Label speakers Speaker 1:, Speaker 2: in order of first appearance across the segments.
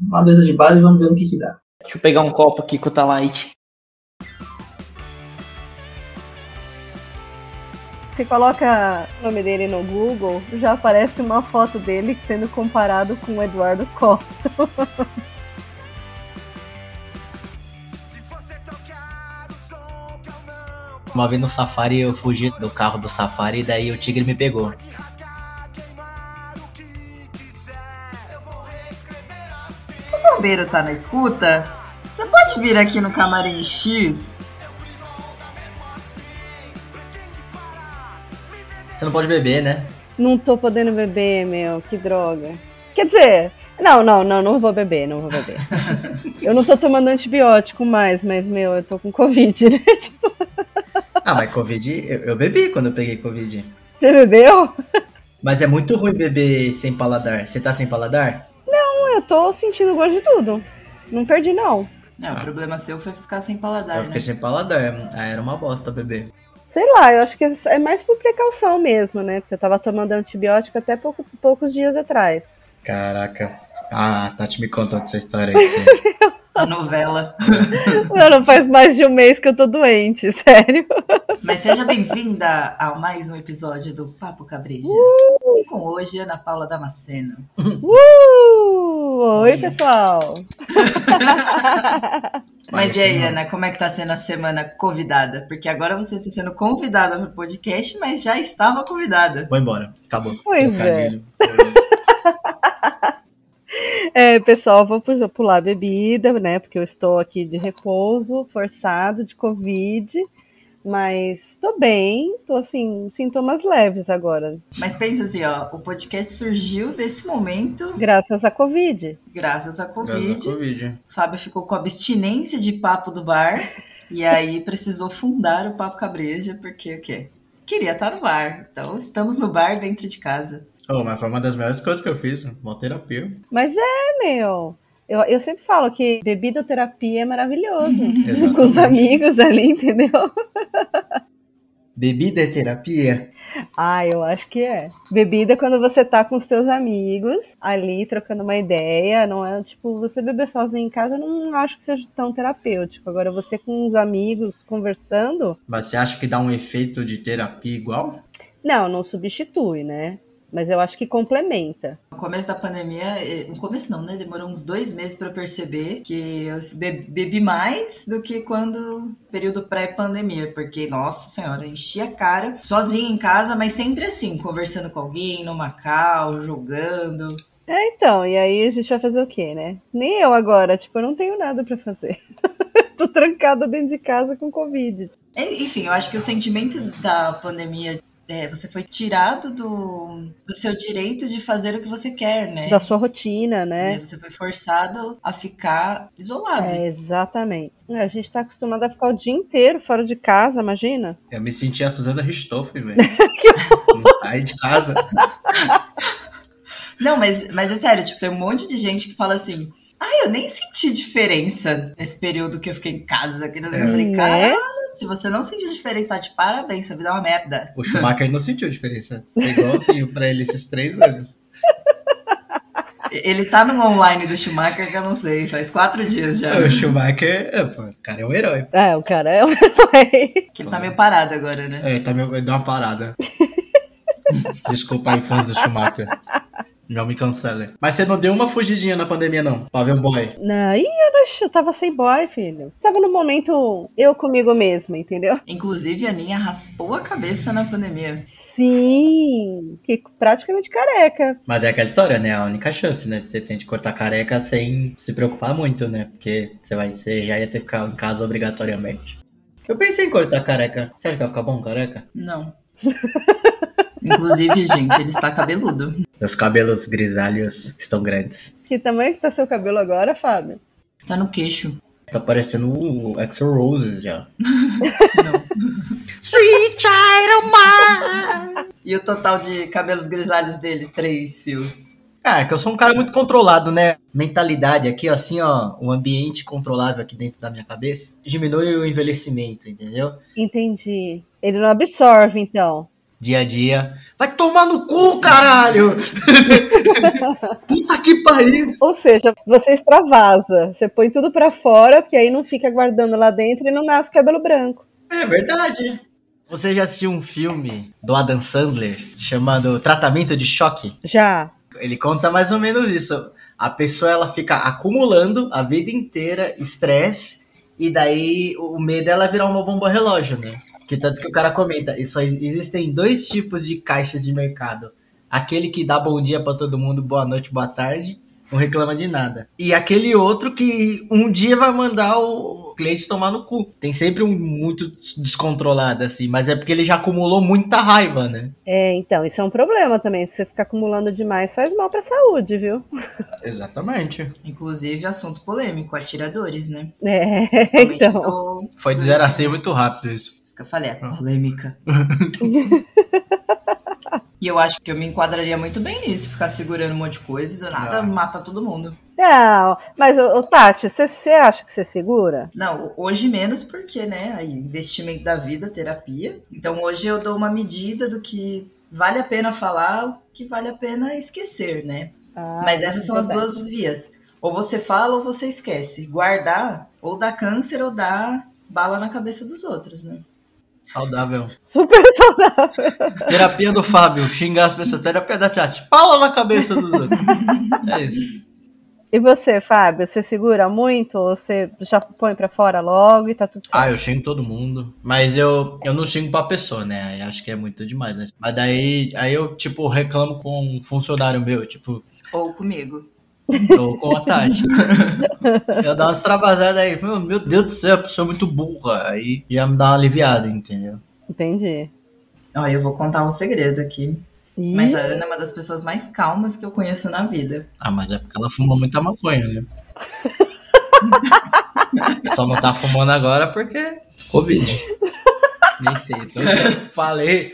Speaker 1: uma mesa de bar e vamos ver no que, que dá.
Speaker 2: Deixa eu pegar um copo aqui com o Talite.
Speaker 3: Você coloca o nome dele no Google, já aparece uma foto dele sendo comparado com o Eduardo Costa.
Speaker 4: Uma vez no safari eu fugi do carro do safari e daí o tigre me pegou.
Speaker 5: O bombeiro tá na escuta? Você pode vir aqui no camarim X?
Speaker 4: Você não pode beber, né?
Speaker 3: Não tô podendo beber, meu, que droga. Quer dizer, não, não, não, não vou beber, não vou beber. eu não tô tomando antibiótico mais, mas, meu, eu tô com Covid, né? Tipo,
Speaker 4: Ah, mas Covid, eu, eu bebi quando eu peguei Covid.
Speaker 3: você bebeu?
Speaker 4: Mas é muito ruim beber sem paladar. Você tá sem paladar?
Speaker 3: Eu tô sentindo gosto de tudo. Não perdi, não.
Speaker 5: É, o problema seu foi ficar sem paladar,
Speaker 4: Ah. Eu fiquei
Speaker 5: né?
Speaker 4: sem paladar. Ah, era uma bosta beber.
Speaker 3: Sei lá, eu acho que é mais por precaução mesmo, né? Porque eu tava tomando antibiótico até pouco- poucos dias atrás.
Speaker 4: Caraca. Ah, a Tati me contou essa história aí. sim.
Speaker 5: A novela.
Speaker 3: Não, não faz mais de um mês que eu tô doente, sério.
Speaker 5: Mas seja bem-vinda a mais um episódio do Papo Cabreja. E com hoje, Ana Paula Damasceno.
Speaker 3: Uh! Oi, pessoal!
Speaker 5: Mas
Speaker 4: Olha,
Speaker 5: e aí,
Speaker 4: senhora.
Speaker 5: Ana, como é que tá sendo a semana convidada? Porque agora você está sendo convidada para o podcast, mas já estava convidada.
Speaker 4: Vou embora. Acabou.
Speaker 3: Pois
Speaker 4: Trocadilho.
Speaker 3: É, pessoal, vou pu- pular a bebida, né? Porque eu estou aqui de repouso, forçado, de Covid. Mas tô bem, tô assim, sintomas leves agora,
Speaker 5: Mas pensa assim, ó, o podcast surgiu desse momento
Speaker 3: graças à Covid.
Speaker 5: graças à
Speaker 4: Graças
Speaker 5: Covid.
Speaker 4: ao Covid.
Speaker 5: Fábio ficou com abstinência de papo do bar e aí precisou fundar o Papo Cabreja, porque o quê? Queria estar no bar. Então estamos no bar dentro de casa.
Speaker 4: Oh, mas foi uma das melhores coisas que eu fiz. Uma terapia.
Speaker 3: Mas é, meu. Eu, eu sempre falo que bebidoterapia é maravilhoso. Com os
Speaker 4: Exatamente.
Speaker 3: amigos ali, entendeu?
Speaker 4: Bebida é terapia?
Speaker 3: Ah, eu acho que é. Bebida é quando você tá com os seus amigos ali trocando uma ideia, não é tipo você beber sozinho em casa, eu não acho que seja tão terapêutico. Agora você com os amigos conversando,
Speaker 4: Mas você acha que dá um efeito de terapia igual?
Speaker 3: não, não substitui, né? Mas eu acho que complementa.
Speaker 5: No começo da pandemia, eh, no começo não, né? Demorou uns dois meses para eu perceber que eu be- bebi mais do que quando período pré-pandemia, porque nossa senhora, enchi a cara sozinha em casa, mas sempre assim, conversando com alguém, no Macau, jogando.
Speaker 3: É, então, e aí a gente vai fazer o quê, né? Nem eu agora, tipo, eu não tenho nada pra fazer. Tô trancada dentro de casa com Covid.
Speaker 5: É, Enfim, eu acho que o sentimento da pandemia é, você foi tirado do, do seu direito de fazer o que você quer, né?
Speaker 3: Da sua rotina, né?
Speaker 5: É, Você foi forçado a ficar isolado.
Speaker 3: É, exatamente. A gente tá acostumado a ficar o dia inteiro fora de casa, imagina?
Speaker 4: Eu me senti a Suzana Ristoff, velho. Não sai de casa.
Speaker 5: Não, mas, mas é sério, tipo, tem um monte de gente que fala assim. Ah, eu nem senti diferença nesse período que eu fiquei em casa. Que Eu falei,
Speaker 3: Né?
Speaker 5: caralho, se você não sentiu diferença, tá de parabéns, sua vida é uma merda.
Speaker 4: O Schumacher não sentiu diferença. É igualzinho pra ele esses três anos.
Speaker 5: Ele tá no online do Schumacher que eu não sei, faz quatro dias já.
Speaker 4: O Schumacher, é, pô, o cara é um herói.
Speaker 3: É, o cara é um herói.
Speaker 5: Que ele tá meio parado agora, né?
Speaker 4: É, tá meio, deu uma parada. Desculpa aí, fãs do Schumacher. Não me cancelem. Mas você não deu uma fugidinha na pandemia, não? Pra ver um boy.
Speaker 3: Não, ih, eu, não- eu tava sem boy, filho. Tava no momento eu comigo mesma, entendeu?
Speaker 5: Inclusive, a Aninha raspou a cabeça na pandemia.
Speaker 3: Sim, fiquei praticamente careca.
Speaker 4: Mas é aquela história, né? A única chance, né? Você tem de cortar careca sem se preocupar muito, né? Porque você vai ser, já ia ter que ficar em casa obrigatoriamente. Eu pensei em cortar careca. Você acha que vai ficar bom careca?
Speaker 5: Não. Inclusive, gente, ele está cabeludo.
Speaker 4: Meus cabelos grisalhos estão grandes.
Speaker 3: Que tamanho que tá seu cabelo agora, Fábio?
Speaker 5: Tá no queixo.
Speaker 4: Tá parecendo o Exo Roses já.
Speaker 5: Não. E o total de cabelos grisalhos dele? Três fios.
Speaker 4: Ah, é que eu sou um cara muito controlado, né? Mentalidade aqui, assim, ó, um ambiente controlável aqui dentro da minha cabeça diminui o envelhecimento, entendeu?
Speaker 3: Entendi. Ele não absorve, então.
Speaker 4: dia a dia. Vai tomar no cu, caralho! Puta que pariu!
Speaker 3: Ou seja, você extravasa. Você põe tudo pra fora, porque aí não fica guardando lá dentro e não nasce cabelo branco.
Speaker 4: É verdade. Você já assistiu um filme do Adam Sandler chamado Tratamento de Choque?
Speaker 3: Já.
Speaker 4: Ele conta mais ou menos isso. A pessoa ela fica acumulando a vida inteira estresse e daí o medo é ela virar uma bomba relógio, né? Que tanto que o cara comenta, e só ex- existem dois tipos de caixas de mercado. Aquele que dá bom dia pra todo mundo, boa noite, boa tarde, não reclama de nada. E aquele outro que um dia vai mandar o cliente tomar no cu. Tem sempre um muito des- descontrolado assim, mas é porque ele já acumulou muita raiva, né?
Speaker 3: É, então, isso é um problema também. Se você ficar acumulando demais, faz mal pra saúde, viu?
Speaker 4: Exatamente.
Speaker 5: Inclusive, assunto polêmico, atiradores, né?
Speaker 3: É,
Speaker 5: Principalmente
Speaker 3: então.
Speaker 5: do-
Speaker 4: Foi de
Speaker 5: do-
Speaker 4: 0 a 100 muito rápido isso.
Speaker 5: Isso que eu falei, é polêmica. e eu acho que eu me enquadraria muito bem nisso, ficar segurando um monte de coisa e do nada
Speaker 4: Ah.
Speaker 5: mata todo mundo.
Speaker 3: Não, mas, ô, ô, Tati, você, você acha que você segura?
Speaker 5: Não, hoje menos porque, né, aí, investimento da vida, terapia. Então hoje eu dou uma medida do que vale a pena falar, o que vale a pena esquecer, né?
Speaker 3: Ah,
Speaker 5: Mas essas são as
Speaker 3: verdade.
Speaker 5: duas vias. Ou você fala ou você esquece. Guardar ou dá câncer ou dá bala na cabeça dos outros, né?
Speaker 4: Saudável.
Speaker 3: Super saudável.
Speaker 4: Terapia do Fábio, xingar as pessoas. Terapia da Tati, pala na cabeça dos outros. É isso.
Speaker 3: E você, Fábio, você segura muito? Ou você já põe pra fora logo e tá tudo certo?
Speaker 4: Ah, eu xingo todo mundo. Mas eu, eu não xingo pra pessoa, né? Aí acho que é muito demais, né? Mas daí aí eu, tipo, reclamo com um funcionário meu, tipo,
Speaker 5: Ou comigo.
Speaker 4: tô com a Tati. Eu dou umas travasadas aí. Meu, meu Deus do céu, a pessoa é muito burra. Aí já me dá uma aliviada, entendeu?
Speaker 3: Entendi.
Speaker 5: Ó, eu vou contar um segredo aqui.
Speaker 3: Ih,
Speaker 5: Mas a Ana é uma das pessoas mais calmas que eu conheço na vida.
Speaker 4: Ah, mas é porque ela fuma muita maconha, né? Só não tá fumando agora porque Covid. Nem sei, então falei.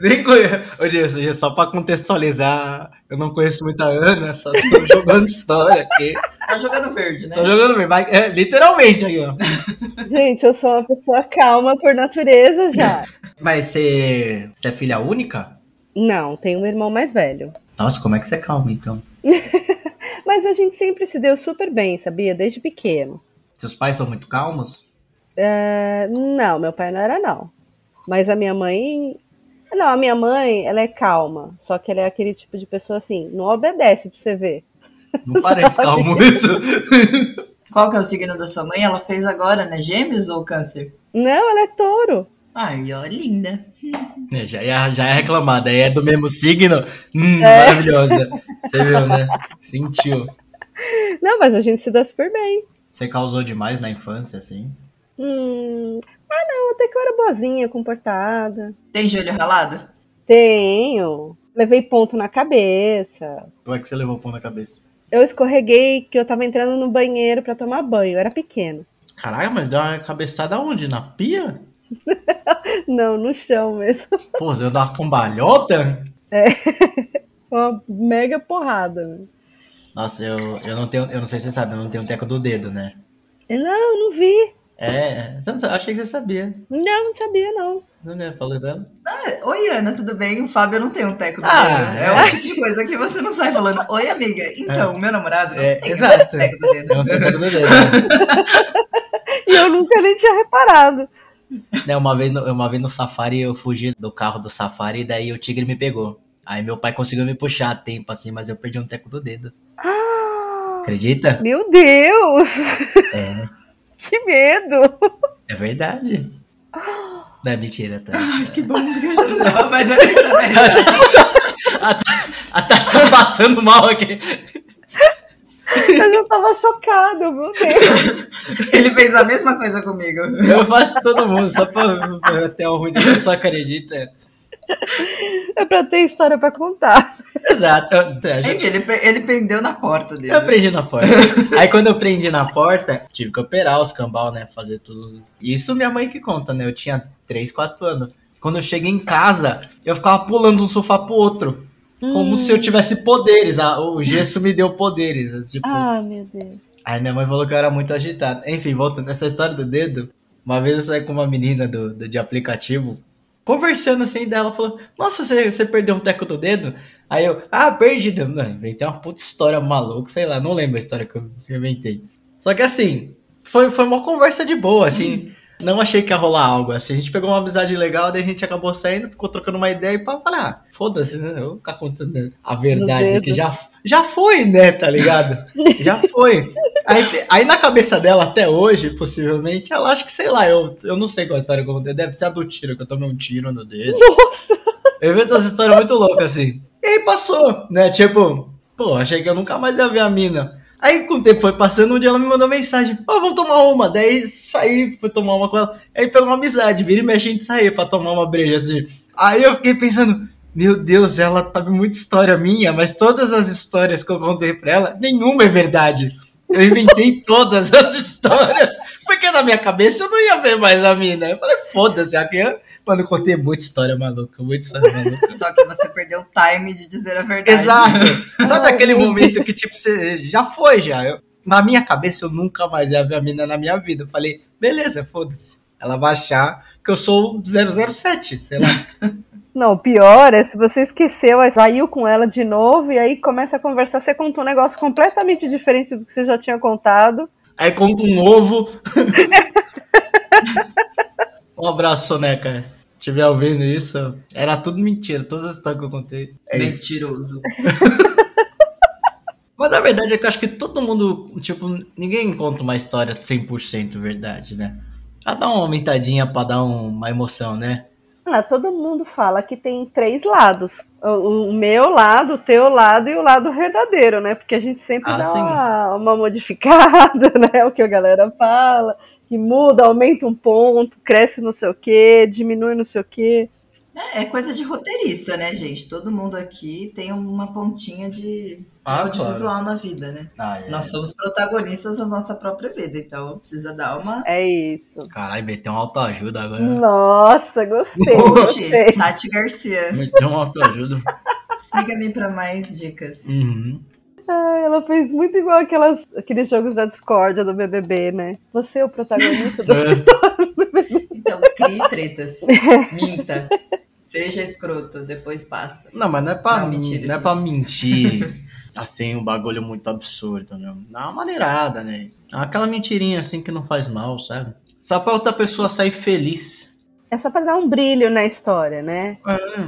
Speaker 4: Nem conheço. Ô, Gerson, Gerson, só pra contextualizar, eu não conheço muita Ana, só tô jogando história aqui.
Speaker 5: Tá jogando verde, né?
Speaker 4: Tô jogando bem, mas é, literalmente aí, ó.
Speaker 3: Gente, eu sou uma pessoa calma por natureza já.
Speaker 4: Mas você. Você é filha única?
Speaker 3: Não, tem um irmão mais velho.
Speaker 4: Nossa, como é que você é calma, então?
Speaker 3: Mas a gente sempre se deu super bem, sabia? Desde pequeno.
Speaker 4: Seus pais são muito calmos?
Speaker 3: É, não, meu pai não era, não. Mas a minha mãe. Não, a minha mãe, ela é calma. Só que ela é aquele tipo de pessoa assim, não obedece pra você ver.
Speaker 4: Não parece calmo isso.
Speaker 5: Qual que é o signo da sua mãe? Ela fez agora, né? Gêmeos ou câncer?
Speaker 3: Não, ela é touro.
Speaker 5: Ai, ó, linda.
Speaker 4: É, Já é, já é reclamada, aí é do mesmo signo. Hum,
Speaker 3: É.
Speaker 4: maravilhosa. Você viu, né? Sentiu.
Speaker 3: Não, mas a gente se dá super bem.
Speaker 4: Você causou demais na infância, assim.
Speaker 3: Hum, ah, não, até que eu era boazinha, comportada.
Speaker 5: Tem joelho ralado?
Speaker 3: Tenho. Levei ponto na cabeça.
Speaker 4: Como é que você levou o pão na cabeça?
Speaker 3: Eu escorreguei que eu tava entrando no banheiro pra tomar banho. Eu era pequeno.
Speaker 4: Caralho, mas deu uma cabeçada onde? Na pia?
Speaker 3: Não, no chão mesmo.
Speaker 4: Pô, você deu uma cambalhota?
Speaker 3: Foi Uma mega porrada. né?
Speaker 4: Nossa, eu, eu não tenho. Eu não sei se você sabe, eu não tenho teco do dedo, né?
Speaker 3: Eu, não, não vi.
Speaker 4: É, você não sabe, achei que você sabia.
Speaker 3: Não, não sabia, não.
Speaker 4: Não né? Falei dela.
Speaker 5: Ah, Oi, Ana, tudo bem? O Fábio não tem um teco do
Speaker 4: Ah,
Speaker 5: dedo. É,
Speaker 4: é.
Speaker 5: o tipo de coisa que você não sai falando. Oi, amiga. Então, meu namorado não
Speaker 4: É,
Speaker 5: tem
Speaker 4: exato.
Speaker 5: um teco do dedo.
Speaker 4: Eu não tenho teco do dedo. né?
Speaker 3: E eu nunca nem tinha reparado.
Speaker 4: Né, uma, vez no, uma vez no safari, eu fugi do carro do safari e daí o tigre me pegou. Aí meu pai conseguiu me puxar a tempo assim, mas eu perdi um teco do dedo.
Speaker 3: Ah,
Speaker 4: Acredita?
Speaker 3: meu Deus!
Speaker 4: É,
Speaker 3: Que medo!
Speaker 4: é verdade. Não é mentira, tá?
Speaker 5: Que bom, porque eu já não tava mais aguentando.
Speaker 4: A Tati tá passando mal aqui.
Speaker 3: Eu já tava chocada, meu Deus.
Speaker 5: Ele fez a mesma coisa comigo.
Speaker 4: Eu faço todo mundo, só pra pra eu ter um ruim de você só acredita.
Speaker 3: É pra ter história pra contar.
Speaker 4: Exato. Então, Eu, a gente-
Speaker 5: Enfim, ele, pre- ele prendeu na porta dele.
Speaker 4: eu prendi na porta. Aí quando eu prendi na porta, tive que operar os cambal, né? Fazer tudo. Isso minha mãe que conta, né? Eu tinha 3, 4 anos. Quando eu cheguei em casa, eu ficava pulando de um sofá pro outro. Como
Speaker 3: Hum.
Speaker 4: tipo. se eu tivesse poderes. Ah, o gesso me deu poderes. Tipo,
Speaker 3: Ah, meu Deus.
Speaker 4: Aí minha mãe falou que eu era muito agitado. Enfim, voltando nessa história do dedo. Uma vez eu saí com uma menina do, do- de aplicativo. conversando assim, daí ela falou, nossa, você, você perdeu um teco do dedo? Aí eu, ah, perdi. Mano, inventei uma puta história maluca, sei lá, não lembro a história que eu que eu inventei. Só que assim, foi, foi uma conversa de boa, assim. Não achei que ia rolar algo, assim. A gente pegou uma amizade legal, daí a gente acabou saindo, ficou trocando uma ideia e pá, eu falei, ah, foda-se, né? Eu vou ficar contando a verdade
Speaker 3: dedo.
Speaker 4: que já, já foi, né? Tá ligado? já foi. Aí, aí na cabeça dela, até hoje, possivelmente, ela acha que, sei lá, eu, eu não sei qual história que eu contei. Deve ser a do tiro, que eu tomei um tiro no dedo.
Speaker 3: Nossa!
Speaker 4: Eu invento essa história muito louca, assim. E aí passou, né? Tipo, pô, achei que eu nunca mais ia ver a mina. Aí, com o tempo foi passando, um dia ela me mandou mensagem. Ó, vamos tomar uma. Daí saí, fui tomar uma com ela. Aí pegou uma amizade, vira e mexe a gente sair pra tomar uma breja, assim. Aí eu fiquei pensando, meu Deus, ela sabe muita história minha, mas todas as histórias que eu contei pra ela, nenhuma é verdade. Eu inventei todas as histórias. Porque na minha cabeça eu não ia ver mais a mina. Eu falei, foda-se, aqui eu... Mano, eu contei muita história maluca, muita história maluca.
Speaker 5: Só que você perdeu o time de dizer a verdade.
Speaker 4: Exato. Sabe aquele momento que, tipo, você já foi, já. Eu- na minha cabeça, eu nunca mais ia ver a mina na minha vida. Eu falei, beleza, foda-se. Ela vai achar que eu sou o 007, sei lá.
Speaker 3: Não, o pior é se você esqueceu, aí saiu com ela de novo e aí começa a conversar, você conta um negócio completamente diferente do que você já tinha contado.
Speaker 4: Aí conta um ovo. um abraço, Soneca. Se tiver ouvindo isso, era tudo mentira, todas as histórias que eu contei. É isso.
Speaker 5: Mentiroso.
Speaker 4: Mas a verdade é que eu acho que todo mundo, tipo, ninguém conta uma história 100% verdade, né? Ela dá uma aumentadinha pra dar uma emoção, né?
Speaker 3: Ah, todo mundo fala que tem três lados. O, o meu lado, o teu lado e o lado verdadeiro, né? Porque a gente sempre
Speaker 4: Ah,
Speaker 3: dá
Speaker 4: sim.
Speaker 3: uma, uma modificada, né? O que a galera fala, que muda, aumenta um ponto, cresce não sei o quê, diminui não sei o quê.
Speaker 5: É, é coisa de roteirista, né, gente? Todo mundo aqui tem uma pontinha de, Tipo, de
Speaker 4: Ah,
Speaker 5: audiovisual na vida, né?
Speaker 4: Ah, é.
Speaker 5: Nós somos protagonistas da nossa própria vida, então precisa dar uma.
Speaker 3: É isso.
Speaker 4: Caralho, meteu uma autoajuda agora. né?
Speaker 3: Nossa, gostei,
Speaker 5: Coach,
Speaker 3: gostei.
Speaker 5: Tati Garcia.
Speaker 4: Meteu uma autoajuda.
Speaker 5: Siga-me para mais dicas.
Speaker 4: Uhum.
Speaker 3: Ela fez muito igual aquelas, aqueles jogos da discórdia do BBB, né? Você é o protagonista da sua
Speaker 4: É.
Speaker 3: história.
Speaker 5: Então, crie tretas. Minta. Seja escroto, depois passa.
Speaker 4: Não, mas não é pra,
Speaker 5: Não,
Speaker 4: min-
Speaker 5: mentira,
Speaker 4: não é
Speaker 5: gente.
Speaker 4: pra mentir. assim, um bagulho muito absurdo, né? Dá uma maneirada, né? Aquela mentirinha assim que não faz mal, sabe? Só pra outra pessoa sair feliz.
Speaker 3: É só pra dar um brilho na história, né?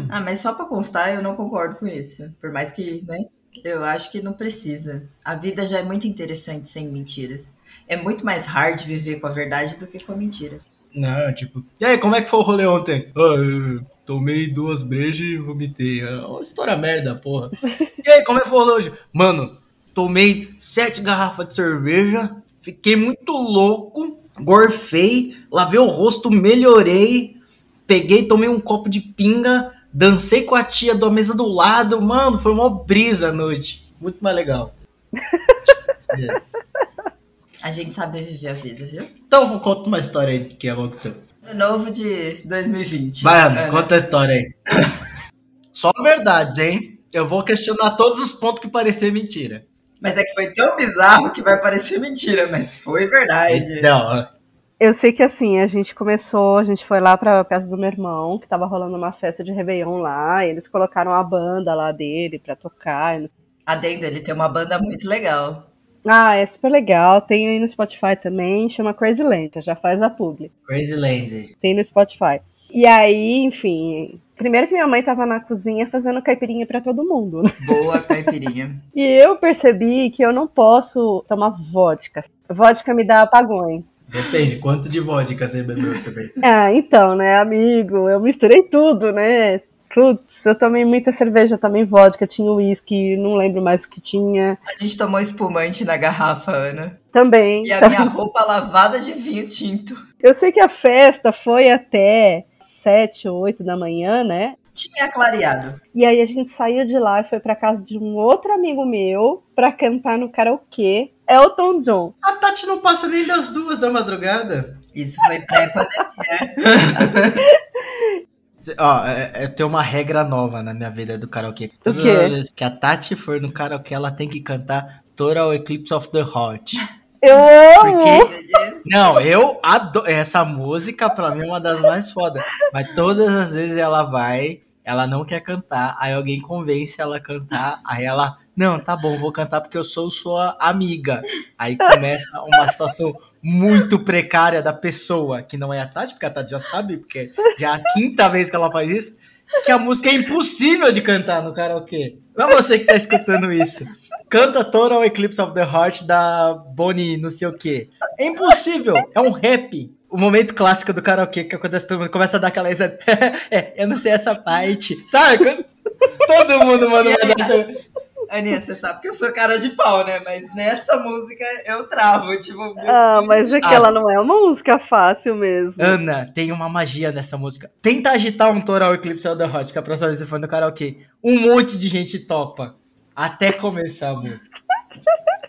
Speaker 5: Ah, mas só pra constar, eu não concordo com isso. Por mais que, né? Eu acho que não precisa. A vida já é muito interessante sem mentiras. É muito mais hard viver com a verdade do que com a mentira.
Speaker 4: Não, tipo. E aí, como é que foi o rolê ontem? Ah, eu tomei duas brejas e vomitei. É uma história merda, porra. E aí, como é que foi o rolê hoje? Mano, tomei sete garrafas de cerveja, fiquei muito louco, gorfei, lavei o rosto, melhorei, peguei, tomei um copo de pinga, dancei com a tia da mesa do lado. Mano, foi uma brisa a noite. Muito mais legal. Yes.
Speaker 5: A gente sabe viver a vida, viu?
Speaker 4: Então, conta uma história aí que aconteceu.
Speaker 5: Ano novo de 2020.
Speaker 4: Vai, Ana,
Speaker 5: Ana,
Speaker 4: conta a história aí. É, né? Só verdades, hein? Eu vou questionar todos os pontos que parecer mentira.
Speaker 5: Mas é que foi tão bizarro que vai parecer mentira, mas foi
Speaker 4: É,
Speaker 5: verdade.
Speaker 4: Não,
Speaker 3: Eu sei que assim, a gente começou, a gente foi lá pra casa do meu irmão, que tava rolando uma festa de Réveillon lá, e eles colocaram a banda lá dele pra tocar. e não-
Speaker 5: Adendo, ele tem uma banda muito legal.
Speaker 3: Ah, é super legal. Tem aí no Spotify também, chama Crazy Lenta, já faz a publi.
Speaker 4: Crazy Land.
Speaker 3: tem no Spotify. E aí, enfim, primeiro que minha mãe tava na cozinha fazendo caipirinha pra todo mundo. né?
Speaker 5: Boa caipirinha.
Speaker 3: E eu percebi que eu não posso tomar vodka. Vodka me dá apagões.
Speaker 4: Depende, quanto de vodka você bebeu também.
Speaker 3: Ah, então, né, amigo, eu misturei tudo, né? Putz, eu tomei muita cerveja, eu tomei vodka, tinha uísque, não lembro mais o que tinha.
Speaker 5: A gente tomou espumante na garrafa, Ana.
Speaker 3: Também.
Speaker 5: E a minha roupa lavada de vinho tinto.
Speaker 3: Eu sei que a festa foi até sete ou oito da manhã, né?
Speaker 5: Tinha clareado.
Speaker 3: E aí a gente saiu de lá e foi pra casa de um outro amigo meu pra cantar no karaokê. Elton John.
Speaker 4: A Tati não passa nem das duas da madrugada.
Speaker 5: Isso foi pré-pandemia.
Speaker 4: Cê- Ó, é, é, tem uma regra nova na minha vida do karaokê. Todas
Speaker 3: quê?
Speaker 4: as vezes que a Tati for no karaokê, ela tem que cantar Total Eclipse of the Heart.
Speaker 3: Eu amo!
Speaker 4: Porque. Não, eu adoro. Essa música, pra mim, é uma das mais foda. Mas todas as vezes ela vai, ela não quer cantar, aí alguém convence ela a cantar, aí ela. Não, tá bom, vou cantar porque eu sou sua amiga. Aí começa uma situação muito precária da pessoa, que não é a Tati, porque a Tati já sabe, porque já é a quinta vez que ela faz isso, que a música é impossível de cantar no karaokê. Não é você que tá escutando isso. Canta Total Eclipse of the Heart da Bonnie não sei o quê. É impossível, é um rap. O momento clássico do karaokê que é acontece, todo mundo começa a dar aquela risada. é, eu não sei essa parte. Sabe? Quando- Todo mundo manda uma dessa.
Speaker 5: Aninha, você sabe que eu sou cara de pau, né? Mas nessa música eu travo, tipo...
Speaker 3: Ah, mas é que
Speaker 4: Ah.
Speaker 3: ela não é uma música fácil mesmo.
Speaker 4: Ana, tem uma magia nessa música. Tenta agitar um Total Eclipse of the Heart, que a próxima vez que você for no karaokê. Um monte de gente topa. Até começar a música.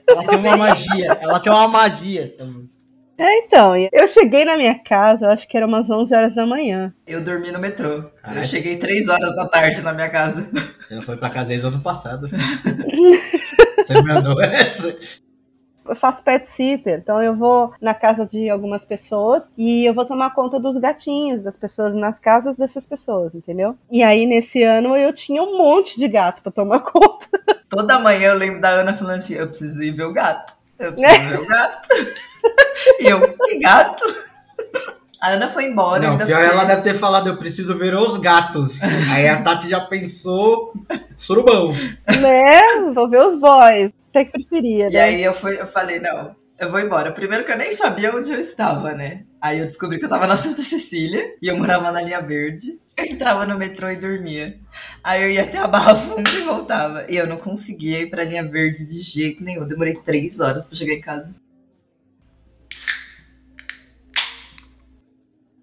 Speaker 4: Ela tem uma magia. Ela tem uma magia, essa música.
Speaker 3: Então, eu cheguei na minha casa, eu acho que era umas 11 horas da manhã.
Speaker 5: Eu dormi no metrô.
Speaker 4: Caralho.
Speaker 5: Eu cheguei três horas da tarde na minha casa.
Speaker 4: Você não foi pra casa desde o ano passado. Você mandou essa?
Speaker 3: Eu faço pet sitter, então eu vou na casa de algumas pessoas e eu vou tomar conta dos gatinhos das pessoas nas casas dessas pessoas, entendeu? E aí nesse ano eu tinha um monte de gato pra tomar conta.
Speaker 5: Toda manhã eu lembro da Ana falando assim: eu preciso ir ver o gato. Eu preciso ver o gato. e eu, que gato? A Ana foi embora.
Speaker 4: Não,
Speaker 5: ainda
Speaker 4: pior é
Speaker 5: fiquei-
Speaker 4: ela deve ter falado, eu preciso ver os gatos. Aí a Tati já pensou, surubão.
Speaker 3: né? Vou ver os boys. Até que preferia,
Speaker 5: E
Speaker 3: né?
Speaker 5: aí eu, fui, eu falei: não, eu vou embora. Primeiro que eu nem sabia onde eu estava, né? Aí eu descobri que eu tava na Santa Cecília e eu morava na linha verde. Eu entrava no metrô e dormia. Aí eu ia até a Barra Funda e voltava. E eu não conseguia ir pra linha verde de jeito nenhum. Eu demorei três horas pra chegar em casa.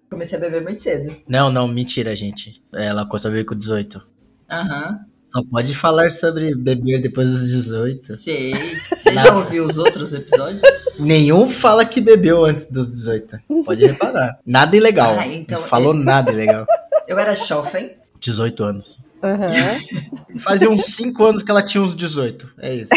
Speaker 5: Comecei a beber muito cedo.
Speaker 4: Não, não, mentira, gente. Ela conseguiu com 18.
Speaker 5: Aham,
Speaker 4: Só pode falar sobre beber depois dos 18.
Speaker 5: sei. Você já ouviu os outros episódios?
Speaker 4: Nenhum fala que bebeu antes dos 18. Pode reparar. Nada ilegal.
Speaker 5: Ah, então-
Speaker 4: Não
Speaker 3: é.
Speaker 4: falou nada ilegal.
Speaker 5: Eu era chofen.
Speaker 4: 18 anos.
Speaker 3: Aham.
Speaker 4: Fazia uns 5 anos que ela tinha uns 18. É isso.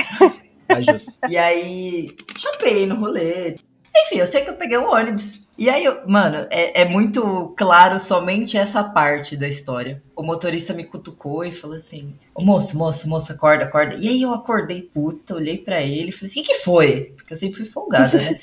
Speaker 4: É justo.
Speaker 5: E aí, chapei no rolê. Enfim, eu sei que eu peguei um ônibus. E aí, eu- mano, é, é muito claro somente essa parte da história. O motorista me cutucou e falou assim: Ô moço, moço, moço, acorda, acorda. E aí eu acordei puta, olhei pra ele e falei assim: O que, que foi? Porque eu sempre fui folgada, né?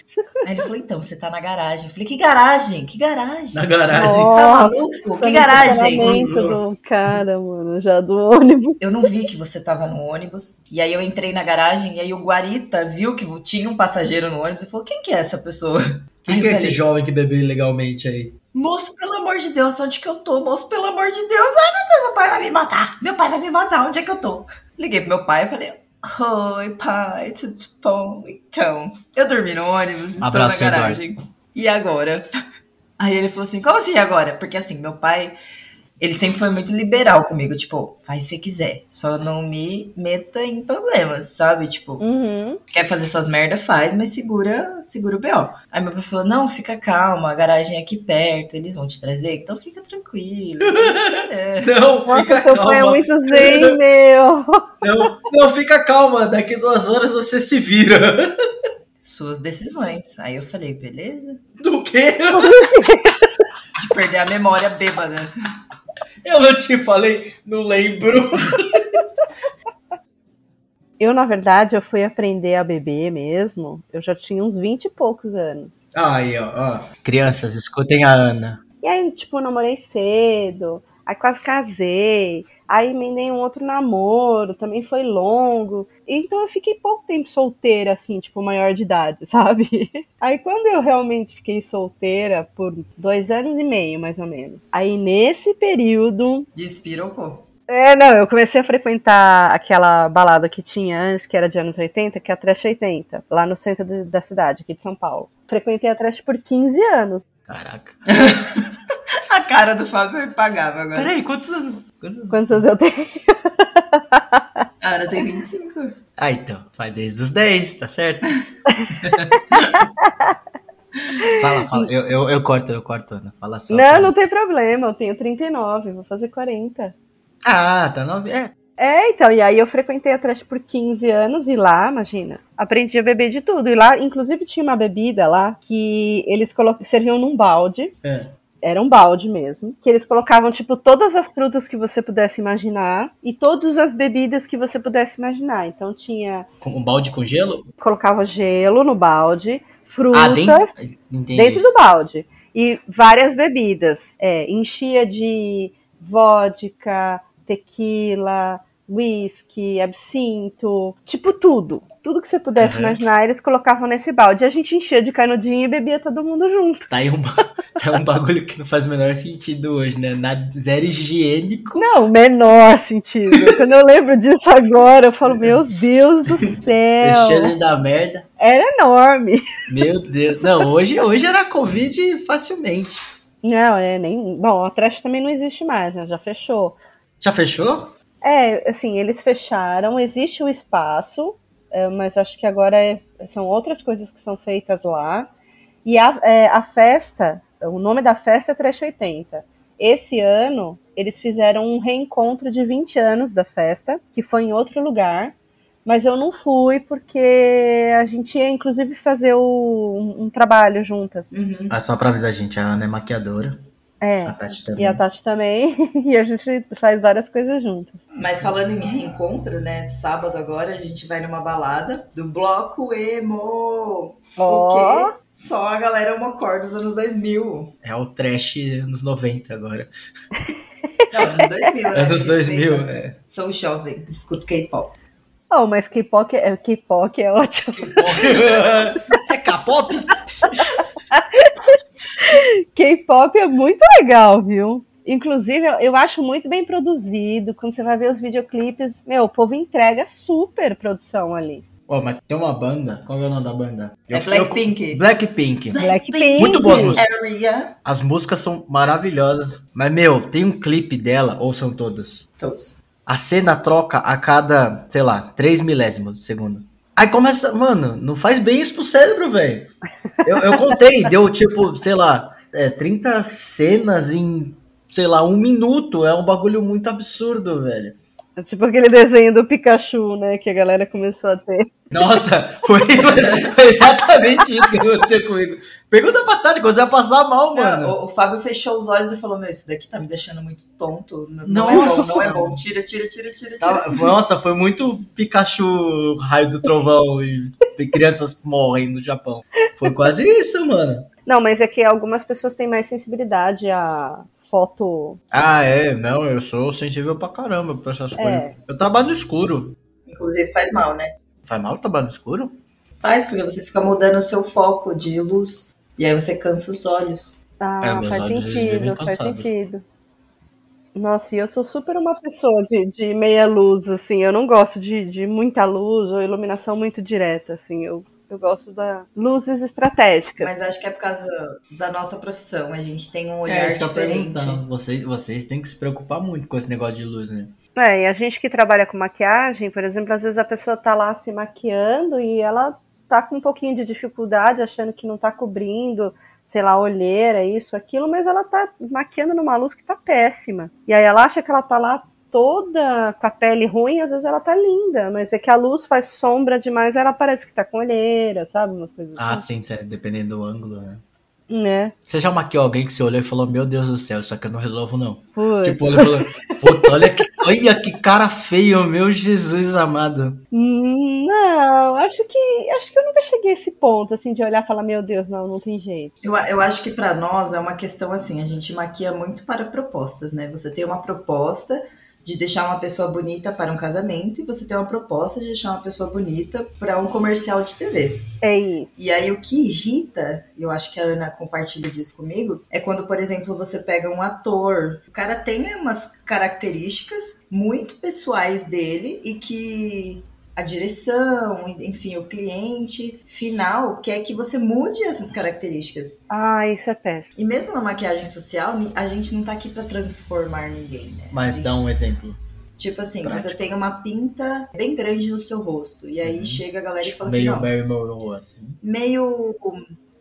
Speaker 5: aí ele falou: Então, você tá na garagem. Eu falei: Que garagem? Que garagem?
Speaker 4: Na garagem.
Speaker 3: Nossa, é
Speaker 5: Tá maluco? Que
Speaker 3: no
Speaker 5: garagem?
Speaker 3: estacionamento do cara, mano, já do ônibus.
Speaker 5: Eu não vi que você tava no ônibus. E aí eu entrei na garagem e aí o guarita viu que tinha um passageiro no ônibus e falou: "Quem que é essa pessoa?" Aí
Speaker 4: Quem
Speaker 5: eu
Speaker 4: que é esse
Speaker 5: falei,
Speaker 4: jovem que bebeu ilegalmente aí?
Speaker 5: Moço, pelo amor de Deus, onde que eu tô? Moço, pelo amor de Deus. Ai, meu Deus, meu pai vai me matar. Meu pai vai me matar. Onde é que eu tô? Liguei pro meu pai e falei: Oi, pai, tudo bom? Então, eu dormi no ônibus, estou
Speaker 4: Abraço,
Speaker 5: na garagem. E agora? Aí ele falou assim: Como assim e agora? Porque assim, meu pai, ele sempre foi muito liberal comigo. Tipo, faz se quiser, só não me meta em problemas, sabe? Tipo,
Speaker 3: Uhum.
Speaker 5: quer fazer suas merda, faz, mas segura, segura o BO. Aí meu pai falou: não, fica calma, a garagem é aqui perto, eles vão te trazer, então fica tranquilo. É.
Speaker 4: Não,
Speaker 3: Nossa,
Speaker 4: fica
Speaker 3: seu pai é
Speaker 4: calma.
Speaker 3: muito zen, meu.
Speaker 4: Não, não, fica calma. Daqui duas horas você se vira.
Speaker 5: Suas decisões. Aí eu falei, beleza?
Speaker 4: Do quê?
Speaker 5: De perder a memória bêbada.
Speaker 4: Eu não te falei, não lembro.
Speaker 3: Eu, na verdade, eu fui aprender a beber mesmo. Eu já tinha uns 20 e poucos anos.
Speaker 4: Aí, ó, ó. Crianças, escutem a Ana.
Speaker 3: E aí, tipo, eu namorei cedo, aí quase casei, aí emendei um outro namoro, também foi longo. Então eu fiquei pouco tempo solteira, assim, tipo, maior de idade, sabe? Aí quando eu realmente fiquei solteira, por dois anos e meio, mais ou menos. Aí nesse período,
Speaker 5: De espirocô.
Speaker 3: é, não, eu comecei a frequentar aquela balada que tinha antes, que era de anos 80, que é a Trash 80, lá no centro de- da cidade, aqui de São Paulo. Frequentei a Trash por 15 anos.
Speaker 4: Caraca.
Speaker 5: A cara do Fábio eu pagava agora.
Speaker 4: Peraí, quantos anos? Quantos anos?
Speaker 3: Quantos anos eu tenho?
Speaker 5: A Ana Ah, tem 25.
Speaker 4: Ah, então. Vai desde os 10, tá certo? fala, fala. Eu, eu, eu corto, eu corto, Ana. Fala só.
Speaker 3: não, não tem problema, eu tenho 39, vou fazer 40.
Speaker 4: Ah, tá nove. É.
Speaker 3: É, então, e aí eu frequentei a trash por 15 anos e lá, imagina, aprendi a beber de tudo. E lá, inclusive, tinha uma bebida lá que eles colo- serviam num balde.
Speaker 4: É.
Speaker 3: Era um balde mesmo. Que eles colocavam, tipo, todas as frutas que você pudesse imaginar e todas as bebidas que você pudesse imaginar. Então tinha.
Speaker 4: Com um balde com gelo?
Speaker 3: Colocava gelo no balde, frutas
Speaker 4: Ah, dentro. Entendi.
Speaker 3: dentro do balde. E várias bebidas. É, enchia de vodka, tequila, whisky, absinto, tipo tudo. Tudo que você pudesse
Speaker 4: Uhum.
Speaker 3: imaginar, eles colocavam nesse balde. A gente enchia de canudinho e bebia todo mundo junto.
Speaker 4: Tá aí um, ba- tá um bagulho que não faz o menor sentido hoje, né? Nada, zero higiênico.
Speaker 3: Não, o menor sentido. Quando eu lembro disso agora, eu falo, meu Deus do
Speaker 4: As
Speaker 3: céu.
Speaker 4: chances da merda.
Speaker 3: Era enorme.
Speaker 4: Meu Deus. Não, hoje, hoje era Covid facilmente.
Speaker 3: Não, é nem. Bom, a trash também não existe mais, né? Já fechou.
Speaker 4: Já fechou?
Speaker 3: É, assim, eles fecharam, existe o espaço, é, mas acho que agora é- são outras coisas que são feitas lá. E a, é, a festa, o nome da festa é Trash 80. Esse ano, eles fizeram um reencontro de 20 anos da festa, que foi em outro lugar, mas eu não fui porque a gente ia, inclusive, fazer o- um, um trabalho juntas.
Speaker 5: Uhum.
Speaker 4: Ah, só pra avisar, gente, a Ana é maquiadora.
Speaker 3: É,
Speaker 4: A Tati também.
Speaker 3: e a Tati também, e a gente faz várias coisas juntas.
Speaker 5: Mas falando em reencontro, né? Sábado agora a gente vai numa balada do Bloco Emo.
Speaker 3: Ó,
Speaker 5: Porque só a galera homocor dos anos 2000.
Speaker 4: É o trash anos 90 agora.
Speaker 5: Não, anos 2000,
Speaker 3: É,
Speaker 5: né?
Speaker 4: Anos
Speaker 5: Me
Speaker 4: 2000,
Speaker 5: respeita.
Speaker 4: é.
Speaker 3: né?
Speaker 5: Sou jovem, escuto K-pop.
Speaker 3: oh, mas K-pop é, K-pop é ótimo.
Speaker 4: É K-pop?
Speaker 3: K-pop é muito legal, viu? Inclusive, eu- eu acho muito bem produzido. Quando você vai ver os videoclipes, meu, o povo entrega super produção ali.
Speaker 4: Ó, mas tem uma banda. Qual é o nome da banda?
Speaker 5: É Blackpink. É,
Speaker 4: Blackpink.
Speaker 3: Blackpink.
Speaker 4: Muito boas músicas.
Speaker 5: Area.
Speaker 4: As músicas são maravilhosas. Mas, meu, tem um clipe dela, ou são todos.
Speaker 5: Todos.
Speaker 4: A cena troca a cada, sei lá, 3 milésimos de segundo. Aí começa, mano, não faz bem isso pro cérebro, velho. Eu, eu contei, deu tipo, sei lá, é, 30 cenas em, sei lá, um minuto. É um bagulho muito absurdo, velho.
Speaker 3: É Tipo aquele desenho do Pikachu, né? Que a galera começou a ter.
Speaker 4: Nossa, foi, foi exatamente isso que aconteceu comigo. Pergunta pra Tati, você vai passar mal, mano.
Speaker 5: Não, o, o Fábio fechou os olhos e falou: Meu, isso daqui tá me deixando muito tonto. N- Não,
Speaker 4: Nossa.
Speaker 5: é bom, não é bom. Tira, tira, tira, tira, tira.
Speaker 4: Tava- nossa, foi muito Pikachu raio do trovão e crianças morrem no Japão. Foi quase isso, mano.
Speaker 3: Não, mas é que algumas pessoas têm mais sensibilidade à foto.
Speaker 4: Ah, é, não, eu sou sensível pra caramba pra essas
Speaker 3: É.
Speaker 4: coisas. Eu trabalho no escuro.
Speaker 5: Inclusive faz mal, né?
Speaker 4: Faz mal trabalhar no escuro?
Speaker 5: Faz, porque você fica mudando o seu foco de luz. E aí você cansa os olhos.
Speaker 3: Ah,
Speaker 4: É, meus
Speaker 3: faz
Speaker 4: olhos, eles vivem
Speaker 3: sentido, faz
Speaker 4: cansados.
Speaker 3: sentido. Nossa, e eu sou super uma pessoa de, de meia luz, assim. Eu não gosto de, de muita luz ou iluminação muito direta, assim. Eu, eu gosto da luzes estratégicas.
Speaker 5: Mas acho que é por causa da nossa profissão. A gente tem um olhar
Speaker 4: É isso que eu
Speaker 5: diferente.
Speaker 4: perguntando. Vocês, vocês têm que se preocupar muito com esse negócio de luz, né?
Speaker 3: É, e a gente que trabalha com maquiagem, por exemplo, às vezes a pessoa tá lá se maquiando e ela tá com um pouquinho de dificuldade, achando que não tá cobrindo, sei lá, olheira, isso, aquilo, mas ela tá maquiando numa luz que tá péssima. E aí ela acha que ela tá lá toda com a pele ruim, às vezes ela tá linda, mas é que a luz faz sombra demais, ela parece que tá com olheira, sabe? Umas coisas
Speaker 4: Ah,
Speaker 3: assim.
Speaker 4: sim, sério, dependendo do ângulo, né?
Speaker 3: Né?
Speaker 4: Você já maquiou alguém que você olhou e falou, meu Deus do céu, isso aqui eu não resolvo, não.
Speaker 3: Putz.
Speaker 4: Tipo, ele falou, puta, olha que, olha que cara feio, meu Jesus amado.
Speaker 3: Hum, Não, acho que acho que eu nunca cheguei a esse ponto assim de olhar e falar, meu Deus, não, não tem jeito.
Speaker 5: Eu, eu acho que para nós é uma questão assim, a gente maquia muito para propostas, né? Você tem uma proposta de deixar uma pessoa bonita para um casamento e você tem uma proposta de deixar uma pessoa bonita para um comercial de TV.
Speaker 3: É isso.
Speaker 5: E aí o que irrita, e eu acho que a Ana compartilha disso comigo, é quando, por exemplo, você pega um ator, o cara tem umas características muito pessoais dele e que a direção, enfim, o cliente final quer que você mude essas características.
Speaker 3: Ah, isso é péssimo.
Speaker 5: E mesmo na maquiagem social, ni- a gente não tá aqui pra transformar ninguém, né? A
Speaker 4: Mas
Speaker 5: gente-
Speaker 4: dá um exemplo.
Speaker 5: Tipo assim,
Speaker 4: prático.
Speaker 5: você tem uma pinta bem grande no seu rosto. E aí
Speaker 4: Uhum.
Speaker 5: chega a galera e fala
Speaker 4: meio
Speaker 5: assim, não,
Speaker 4: Barry Monroe, assim.
Speaker 5: meio.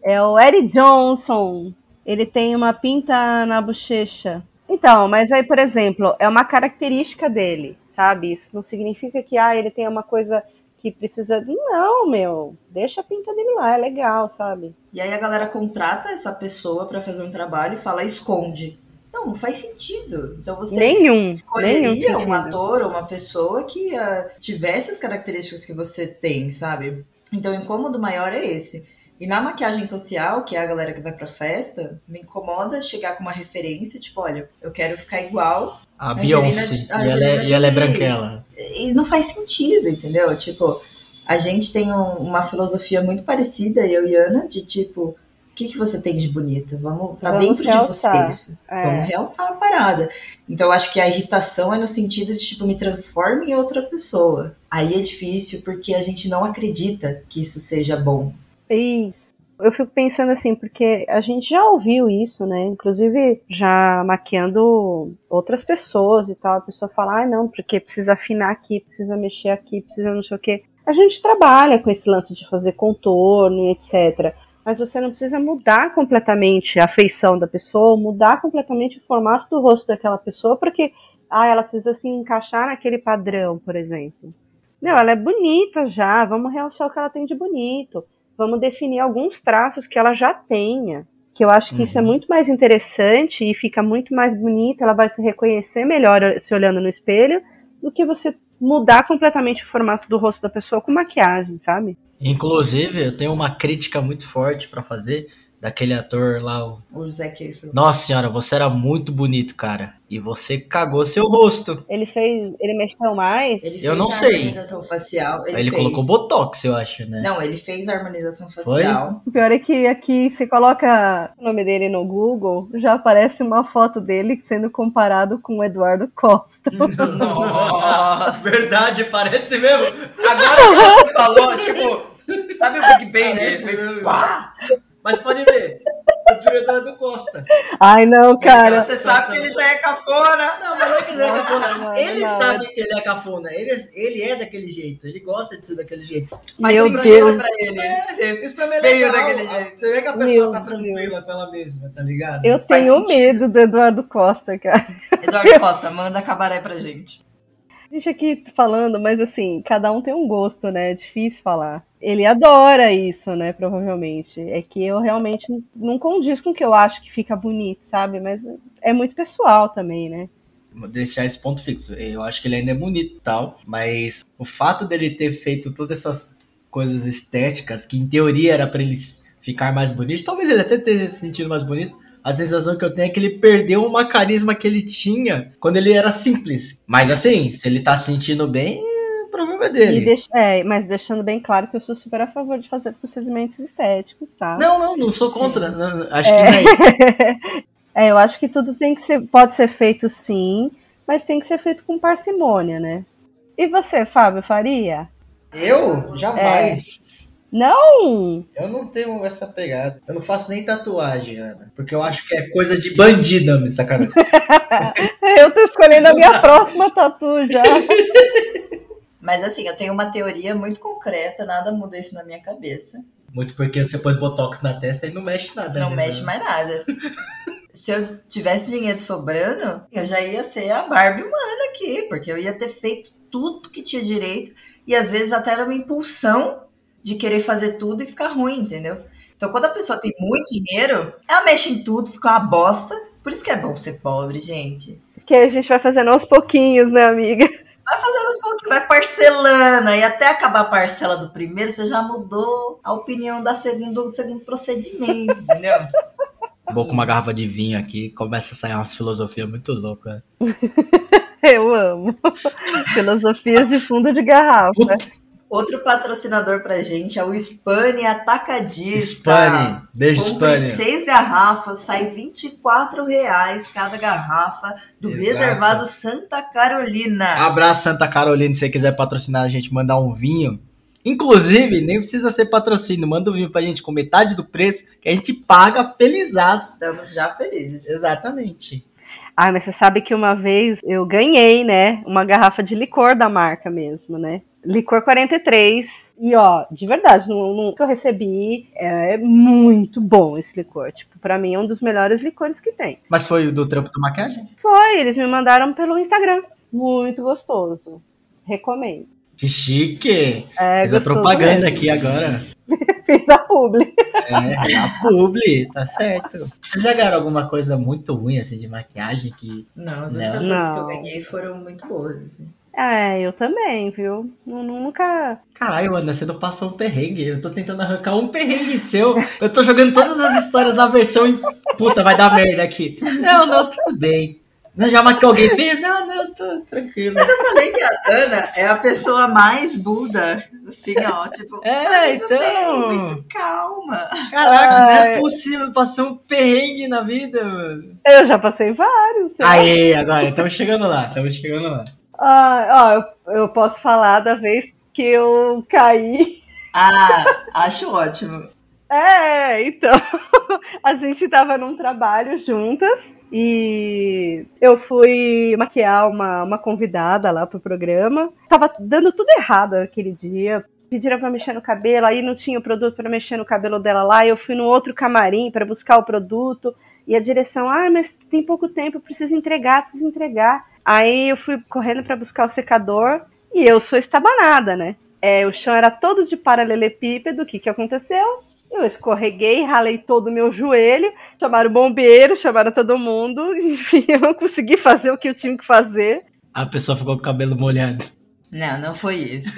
Speaker 3: É o Eric Johnson. Ele tem uma pinta na bochecha. Então, mas aí, por exemplo, é uma característica dele. sabe? Isso não significa que ah, ele tem uma coisa que precisa. Não, meu, deixa a pinta dele lá, é legal, sabe?
Speaker 5: E aí a galera contrata essa pessoa pra fazer um trabalho e fala esconde. Não, não faz sentido. Então você
Speaker 3: nenhum.
Speaker 5: escolheria
Speaker 3: nenhum
Speaker 5: um
Speaker 3: sentido.
Speaker 5: ator ou uma pessoa que ah, tivesse as características que você tem, sabe? Então o incômodo maior é esse. E na maquiagem social, que é a galera que vai pra festa, me incomoda chegar com uma referência, tipo, olha, eu quero ficar igual.
Speaker 4: A
Speaker 5: Angelina
Speaker 4: Beyoncé.
Speaker 5: Jo- a
Speaker 4: e, ela
Speaker 5: Angelina
Speaker 4: é, e ela é
Speaker 5: Jolie.
Speaker 4: branquela.
Speaker 5: E não faz sentido, entendeu? Tipo, a gente tem um- uma filosofia muito parecida, eu e Ana, de tipo, o que, que você tem de bonito? Vamos, tá
Speaker 3: Vamos
Speaker 5: dentro
Speaker 3: realçar.
Speaker 5: de Então, você isso.
Speaker 3: É.
Speaker 5: Vamos realçar a parada. Então, eu acho que a irritação é no sentido de, tipo, me transforma em outra pessoa. Aí é difícil porque a gente não acredita que isso seja bom.
Speaker 3: Isso. Eu fico pensando assim, porque a gente já ouviu isso, né? Inclusive já maquiando outras pessoas e tal. A pessoa fala, ah, não, porque precisa afinar aqui, precisa mexer aqui, precisa não sei o quê. A gente trabalha com esse lance de fazer contorno e etc. Mas você não precisa mudar completamente a feição da pessoa, mudar completamente o formato do rosto daquela pessoa, porque ah, ela precisa se encaixar naquele padrão, por exemplo. Não, ela é bonita já, vamos realçar o que ela tem de bonito vamos definir alguns traços que ela já tenha. Que eu acho que isso é
Speaker 4: Uhum.
Speaker 3: muito mais interessante e fica muito mais bonita, ela vai se reconhecer melhor eh, se olhando no espelho, do que você mudar completamente o formato do rosto da pessoa com maquiagem, sabe?
Speaker 4: Inclusive, eu tenho uma crítica muito forte pra fazer daquele ator lá. o-
Speaker 5: O José Kefro.
Speaker 4: Nossa senhora, você era muito bonito, cara. E você cagou seu rosto.
Speaker 3: Ele fez. Ele mexeu mais.
Speaker 5: Ele
Speaker 4: Eu não
Speaker 5: a
Speaker 4: sei.
Speaker 5: harmonização facial. Ele,
Speaker 4: Ele
Speaker 5: fez...
Speaker 4: colocou botox, eu acho, né?
Speaker 5: Não, ele fez a harmonização
Speaker 4: Foi?
Speaker 5: facial.
Speaker 3: O pior é que aqui você coloca o nome dele no Google, já aparece uma foto dele sendo comparado com o Eduardo Costa.
Speaker 5: Nossa!
Speaker 4: Verdade, parece mesmo.
Speaker 5: Agora que você falou, tipo, sabe o Big Bang? Ele
Speaker 4: Parece
Speaker 5: fez-
Speaker 4: mesmo.
Speaker 5: Pá!
Speaker 4: Mas pode ver. O filho é do Costa.
Speaker 3: Ai, não, cara.
Speaker 5: Você sabe que ele já é cafona.
Speaker 4: Não, mas não é que ele é
Speaker 3: Nossa,
Speaker 4: cafona.
Speaker 3: mano,
Speaker 4: ele
Speaker 3: não.
Speaker 4: sabe que ele é cafona. Ele, ele é daquele jeito. Ele gosta de ser daquele jeito.
Speaker 3: Meu
Speaker 5: isso pra-
Speaker 3: Deus.
Speaker 5: pra ele. Você
Speaker 4: Isso pra mim é legal.
Speaker 5: Feio daquele jeito.
Speaker 4: Você vê que a pessoa
Speaker 3: Meu
Speaker 4: tá
Speaker 3: Deus.
Speaker 4: tranquila com ela mesma, tá ligado?
Speaker 3: Eu
Speaker 5: faz
Speaker 3: tenho
Speaker 5: sentido.
Speaker 3: medo do Eduardo Costa, cara.
Speaker 5: Eduardo Costa, manda cabaré pra gente.
Speaker 3: A gente aqui falando, mas assim, cada um tem um gosto, né? É difícil falar. Ele adora isso, né? Provavelmente. É que eu realmente não condiz com o que eu acho que fica bonito, sabe? Mas é muito pessoal também, né?
Speaker 4: Vou deixar esse ponto fixo. Eu acho que ele ainda é bonito e tal, mas o fato dele ter feito todas essas coisas estéticas, que em teoria era pra ele s- ficar mais bonito, talvez ele até tenha se sentido mais bonito. A sensação que eu tenho é que ele perdeu uma carisma que ele tinha quando ele era simples. Mas assim, se ele tá se sentindo bem, o problema é
Speaker 3: E
Speaker 4: dele.
Speaker 3: deix- é, mas deixando bem claro que eu sou super a favor de fazer procedimentos estéticos, tá?
Speaker 4: Não, não, não sou
Speaker 5: Sim.
Speaker 4: contra. não, não, acho que não é isso.
Speaker 3: É, eu acho que tudo tem que ser, pode ser feito sim, mas tem que ser feito com parcimônia, né? E você, Fábio, faria?
Speaker 4: Eu? Jamais.
Speaker 3: Não!
Speaker 4: Eu não tenho essa pegada. Eu não faço nem tatuagem, Ana. Porque eu acho que é coisa de bandida, me sacanagem.
Speaker 3: Eu tô escolhendo a minha próxima tatu já.
Speaker 5: Mas assim, eu tenho uma teoria muito concreta, nada muda isso na minha cabeça.
Speaker 4: Muito porque você pôs botox na testa e não mexe nada.
Speaker 5: Não
Speaker 4: né,
Speaker 5: mexe
Speaker 4: Ana?
Speaker 5: mais nada. Se eu tivesse dinheiro sobrando, eu já ia ser a Barbie humana aqui, porque eu ia ter feito tudo que tinha direito e às vezes até era uma impulsão de querer fazer tudo e ficar ruim, entendeu? Então quando a pessoa tem muito dinheiro, ela mexe em tudo, fica uma bosta. Por isso que é bom ser pobre, gente.
Speaker 3: Que a gente vai fazendo aos pouquinhos, né, amiga?
Speaker 5: Vai fazendo aos pouquinhos, vai parcelando. E até acabar a parcela do primeiro, você já mudou a opinião da segunda, do segundo procedimento, entendeu?
Speaker 4: Vou com uma garrafa de vinho aqui, começa a sair umas filosofias muito loucas. né?
Speaker 3: Eu amo. Filosofias de fundo de garrafa.
Speaker 4: Puta,
Speaker 5: Outro patrocinador pra gente é o Spani Atacadista.
Speaker 4: Spani. Beijo,
Speaker 5: Compre
Speaker 4: Spani.
Speaker 5: seis garrafas, sai R$ 24 reais cada garrafa do
Speaker 4: Exato.
Speaker 5: reservado Santa Carolina.
Speaker 4: Abraço, Santa Carolina. Se você quiser patrocinar a gente, mandar um vinho. Inclusive, nem precisa ser patrocínio. Manda o vinho pra gente com metade do preço, que a gente paga felizaço.
Speaker 5: Estamos já felizes.
Speaker 4: Exatamente.
Speaker 3: Ah, mas você sabe que uma vez eu ganhei, né? Uma garrafa de licor da marca mesmo, né? Licor 43. E ó, de verdade, no, no que eu recebi é muito bom esse licor. Tipo, pra mim é um dos melhores licores que tem.
Speaker 4: Mas foi do trampo do maquiagem?
Speaker 3: Foi, eles me mandaram pelo Instagram. Muito gostoso. Recomendo.
Speaker 4: Que chique!
Speaker 3: É,
Speaker 4: Fiz a
Speaker 3: gostoso
Speaker 4: propaganda
Speaker 3: mesmo.
Speaker 4: aqui agora.
Speaker 3: Fiz a publi.
Speaker 4: É, a publi, tá certo. Vocês já ganharam alguma coisa muito ruim, assim, de maquiagem que...
Speaker 5: Não, as
Speaker 4: Não.
Speaker 5: únicas coisas que eu
Speaker 3: Não.
Speaker 5: ganhei foram muito boas. assim.
Speaker 3: É, eu também, viu? Nu- nu- Nunca.
Speaker 4: Caralho, Ana, você não passou um perrengue. Eu tô tentando arrancar um perrengue seu. Eu tô jogando todas as histórias na versão em... Puta, vai dar merda aqui. Não, não, tudo bem. Não, já maquiou alguém feio? Não, não, tô tranquilo.
Speaker 5: Mas eu falei que a Ana é a pessoa mais Buda. Assim, ó, tipo,
Speaker 4: É,
Speaker 5: tá indo
Speaker 4: então.
Speaker 5: bem, muito calma.
Speaker 4: Caraca, não é
Speaker 3: Ai.
Speaker 4: possível passar um perrengue na vida, mano.
Speaker 3: Eu já passei vários. sei lá.
Speaker 4: Aê, agora, estamos chegando lá, estamos chegando lá.
Speaker 3: Ah, ó, eu, eu posso falar da vez que eu caí.
Speaker 5: Ah, acho ótimo.
Speaker 3: É, então. A gente tava num trabalho juntas e eu fui maquiar uma, uma convidada lá pro programa. Tava dando tudo errado aquele dia. Pediram pra mexer no cabelo, aí não tinha o produto pra mexer no cabelo dela lá. Eu fui no outro camarim pra buscar o produto. E a direção, ah, mas tem pouco tempo, preciso entregar, preciso entregar. Aí eu fui correndo pra buscar o secador e eu sou estabanada, né? É, o chão era todo de paralelepípedo. O que, que aconteceu? Eu escorreguei, ralei todo o meu joelho, chamaram o bombeiro, chamaram todo mundo, enfim, eu não consegui fazer o que eu tinha que fazer.
Speaker 4: A pessoa ficou com o cabelo molhado.
Speaker 5: Não, não foi isso.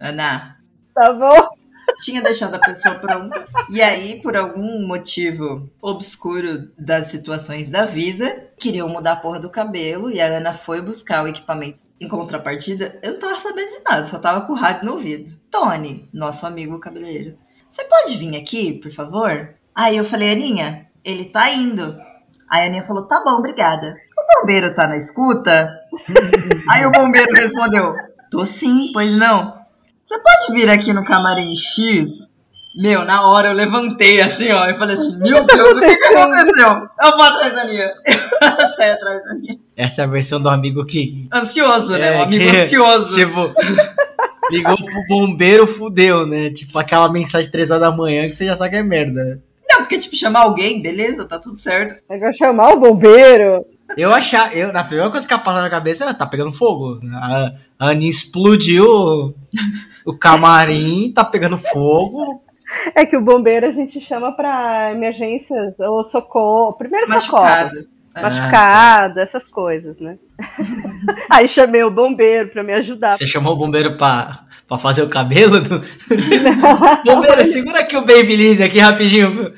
Speaker 5: Ana,
Speaker 3: Tá bom?
Speaker 5: tinha deixado a pessoa pronta. E aí, por algum motivo obscuro das situações da vida, queriam mudar a porra do cabelo e a Ana foi buscar o equipamento. Em contrapartida, eu não tava sabendo de nada, só tava com o rádio no ouvido. Tony, nosso amigo cabeleireiro, você pode vir aqui, por favor? Aí eu falei, Aninha, ele tá indo. Aí a Aninha falou, tá bom, obrigada. O bombeiro tá na escuta? aí o bombeiro respondeu, tô sim, pois não. Você pode vir aqui no camarim X? Meu, na hora eu levantei assim, ó, e falei assim, meu Deus, o que, que aconteceu? Eu vou atrás da Nia. Eu saio atrás da Nia.
Speaker 4: Essa é a versão do amigo que,
Speaker 5: Ansioso, né?
Speaker 4: É,
Speaker 5: Um amigo
Speaker 4: que-
Speaker 5: ansioso.
Speaker 4: tipo, ligou pro bombeiro, fudeu, né? Tipo, aquela mensagem três horas da manhã que você já sabe que é merda.
Speaker 5: Não, porque, tipo, chamar alguém, beleza, tá tudo certo.
Speaker 3: Agora É chamar o bombeiro.
Speaker 4: Eu achar, eu, na primeira coisa que passou na minha cabeça é, tá pegando fogo. A, a Aninha explodiu o camarim, tá pegando fogo.
Speaker 3: É que o bombeiro a gente chama pra emergências ou socorro, primeiro socorro.
Speaker 5: Machucado. É.
Speaker 3: Machucado, essas coisas, né? Aí chamei o bombeiro pra me ajudar.
Speaker 4: Você chamou o bombeiro pra, pra fazer o cabelo? do- Bombeiro, segura aqui o Babyliss aqui rapidinho.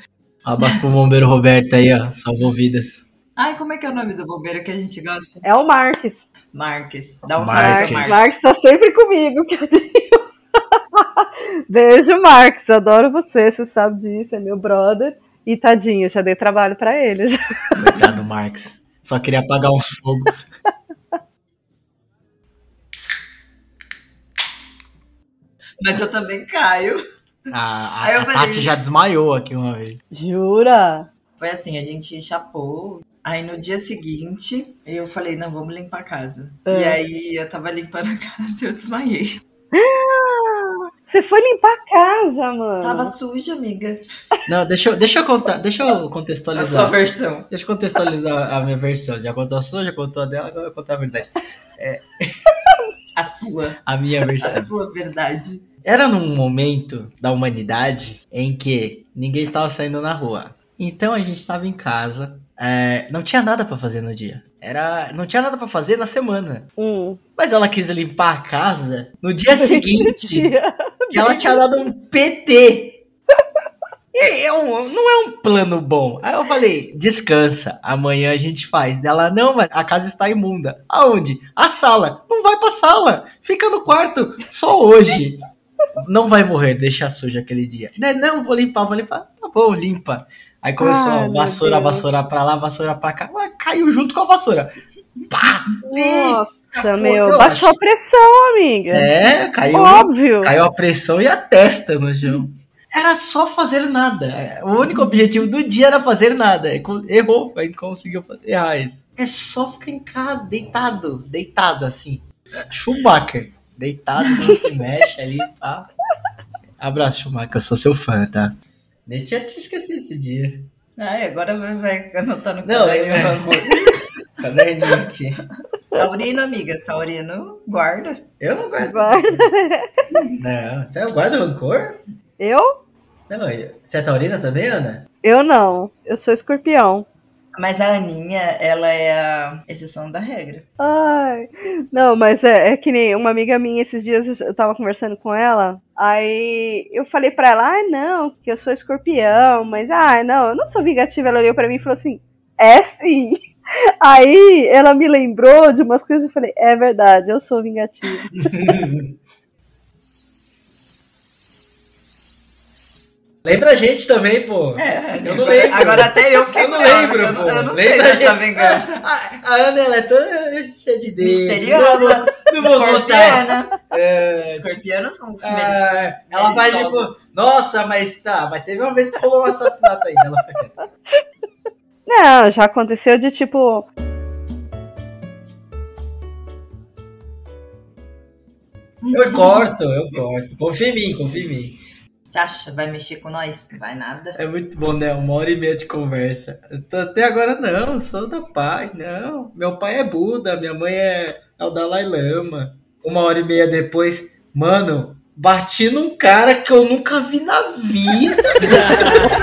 Speaker 4: Abraço pro bombeiro Roberto aí, ó. Salvou vidas.
Speaker 5: Ai, como é que é o nome do bombeiro que a gente gosta?
Speaker 3: É o Marques.
Speaker 5: Marques. Dá um salve
Speaker 4: Marques.
Speaker 5: pro
Speaker 3: Marques,
Speaker 5: Marques.
Speaker 3: Marques tá sempre comigo. que eu digo. Beijo, Marques. Adoro você, você sabe disso, é meu brother. E tadinho, já dei trabalho pra ele. já.
Speaker 4: Coitado, Marx. Só queria apagar uns fogo.
Speaker 5: Mas eu também caio.
Speaker 4: A, a-
Speaker 5: Aí eu
Speaker 4: a
Speaker 5: falei-
Speaker 4: Tati já desmaiou aqui uma vez.
Speaker 3: Jura?
Speaker 5: Foi assim, a gente chapou. Aí no dia seguinte, eu falei, não, vamos limpar a casa.
Speaker 3: É.
Speaker 5: E aí eu tava limpando a casa e eu desmaiei.
Speaker 3: Você foi limpar a casa, mano.
Speaker 5: Tava suja, amiga.
Speaker 4: Não, deixa eu, deixa eu contar, deixa eu
Speaker 5: A sua
Speaker 4: contextualizar.
Speaker 5: versão.
Speaker 4: Deixa eu contextualizar a minha versão. Já contou a sua, já contou a dela, agora eu vou contar a verdade.
Speaker 5: A sua.
Speaker 4: A minha
Speaker 5: A
Speaker 4: versão.
Speaker 5: sua verdade.
Speaker 4: Era num momento da humanidade em que ninguém estava saindo na rua. Então a gente estava em casa. é, não tinha nada pra fazer no dia. Era, não tinha nada pra fazer na semana.
Speaker 3: Hum.
Speaker 4: Mas ela quis limpar a casa no dia seguinte.
Speaker 3: Tia.
Speaker 4: que ela tinha dado um PT. E é um- não é um plano bom. Aí eu falei, descansa, amanhã a gente faz. Dela, não, mas a casa está imunda. Aonde? A sala. Não vai pra sala. Fica no quarto. Só hoje. Não vai morrer, deixa suja aquele dia. Né, Não, vou limpar, vou limpar. Tá bom, limpa. Aí começou
Speaker 3: Ai,
Speaker 4: a
Speaker 3: meu
Speaker 4: vassoura,
Speaker 3: Deus.
Speaker 4: vassoura pra lá, vassoura pra cá. Mas caiu junto com a vassoura. Pá!
Speaker 3: Nossa,
Speaker 4: porra,
Speaker 3: meu.
Speaker 4: eu acho-
Speaker 3: Baixou a pressão, amiga.
Speaker 4: É, caiu.
Speaker 3: Óbvio.
Speaker 4: Caiu a pressão e a testa no chão. Era só fazer nada. O único objetivo do dia era fazer nada. E co- Errou, aí conseguiu fazer- errar isso. É só ficar em casa, deitado. Deitado, assim. Schumacher. Deitado, não se mexe ali, pá. Abraço, Schumacher. Eu sou seu fã, tá? Nem tinha te esquecido esse dia.
Speaker 5: Ai, agora vai, vai anotar no
Speaker 4: Não,
Speaker 5: caderno.
Speaker 4: Caderninho aqui.
Speaker 5: Taurino, amiga. Taurino, guarda.
Speaker 4: Eu não guardo.
Speaker 3: Guarda.
Speaker 4: Não, você é guarda rancor?
Speaker 3: Eu?
Speaker 4: Não, eu- você é taurina também, Ana?
Speaker 3: Eu não. Eu sou escorpião.
Speaker 5: Mas a Aninha, ela é a exceção da regra.
Speaker 3: Ai, não, mas é, é que nem uma amiga minha esses dias eu tava conversando com ela, aí eu falei pra ela, ah, não, que eu sou escorpião, mas ah, não, eu não sou vingativa. Ela olhou pra mim e falou assim, é sim. Aí ela me lembrou de umas coisas e eu falei, é verdade, eu sou vingativa.
Speaker 4: Lembra a gente também, pô.
Speaker 5: É,
Speaker 4: Eu não lembro.
Speaker 5: Agora até eu fiquei
Speaker 4: Eu não
Speaker 5: curiosa,
Speaker 4: lembro,
Speaker 5: eu, não- eu não
Speaker 4: pô.
Speaker 5: sei tá
Speaker 4: Lembra
Speaker 5: dessa
Speaker 4: de-
Speaker 5: vingança.
Speaker 4: A, a Ana, ela é toda cheia de dedo.
Speaker 5: Misteriosa, né?
Speaker 4: Não vou, não vou contar.
Speaker 5: escorpiana.
Speaker 4: É,
Speaker 5: Escorpianos são os primeiros.
Speaker 4: Ah, ela faz tipo, nossa, mas tá, mas teve uma vez que rolou um assassinato ainda. Ela fica quieta.
Speaker 3: Não, já aconteceu de tipo.
Speaker 4: Eu corto, eu corto. Confia em mim, confia em mim.
Speaker 5: Você acha? Vai mexer com nós? Não Vai nada.
Speaker 4: É muito bom, né? Uma hora e meia de conversa. Eu tô até agora, não, sou da paz, não. Meu pai é Buda, minha mãe é, é o Dalai Lama. Uma hora e meia depois, mano, bati num cara que eu nunca vi na vida.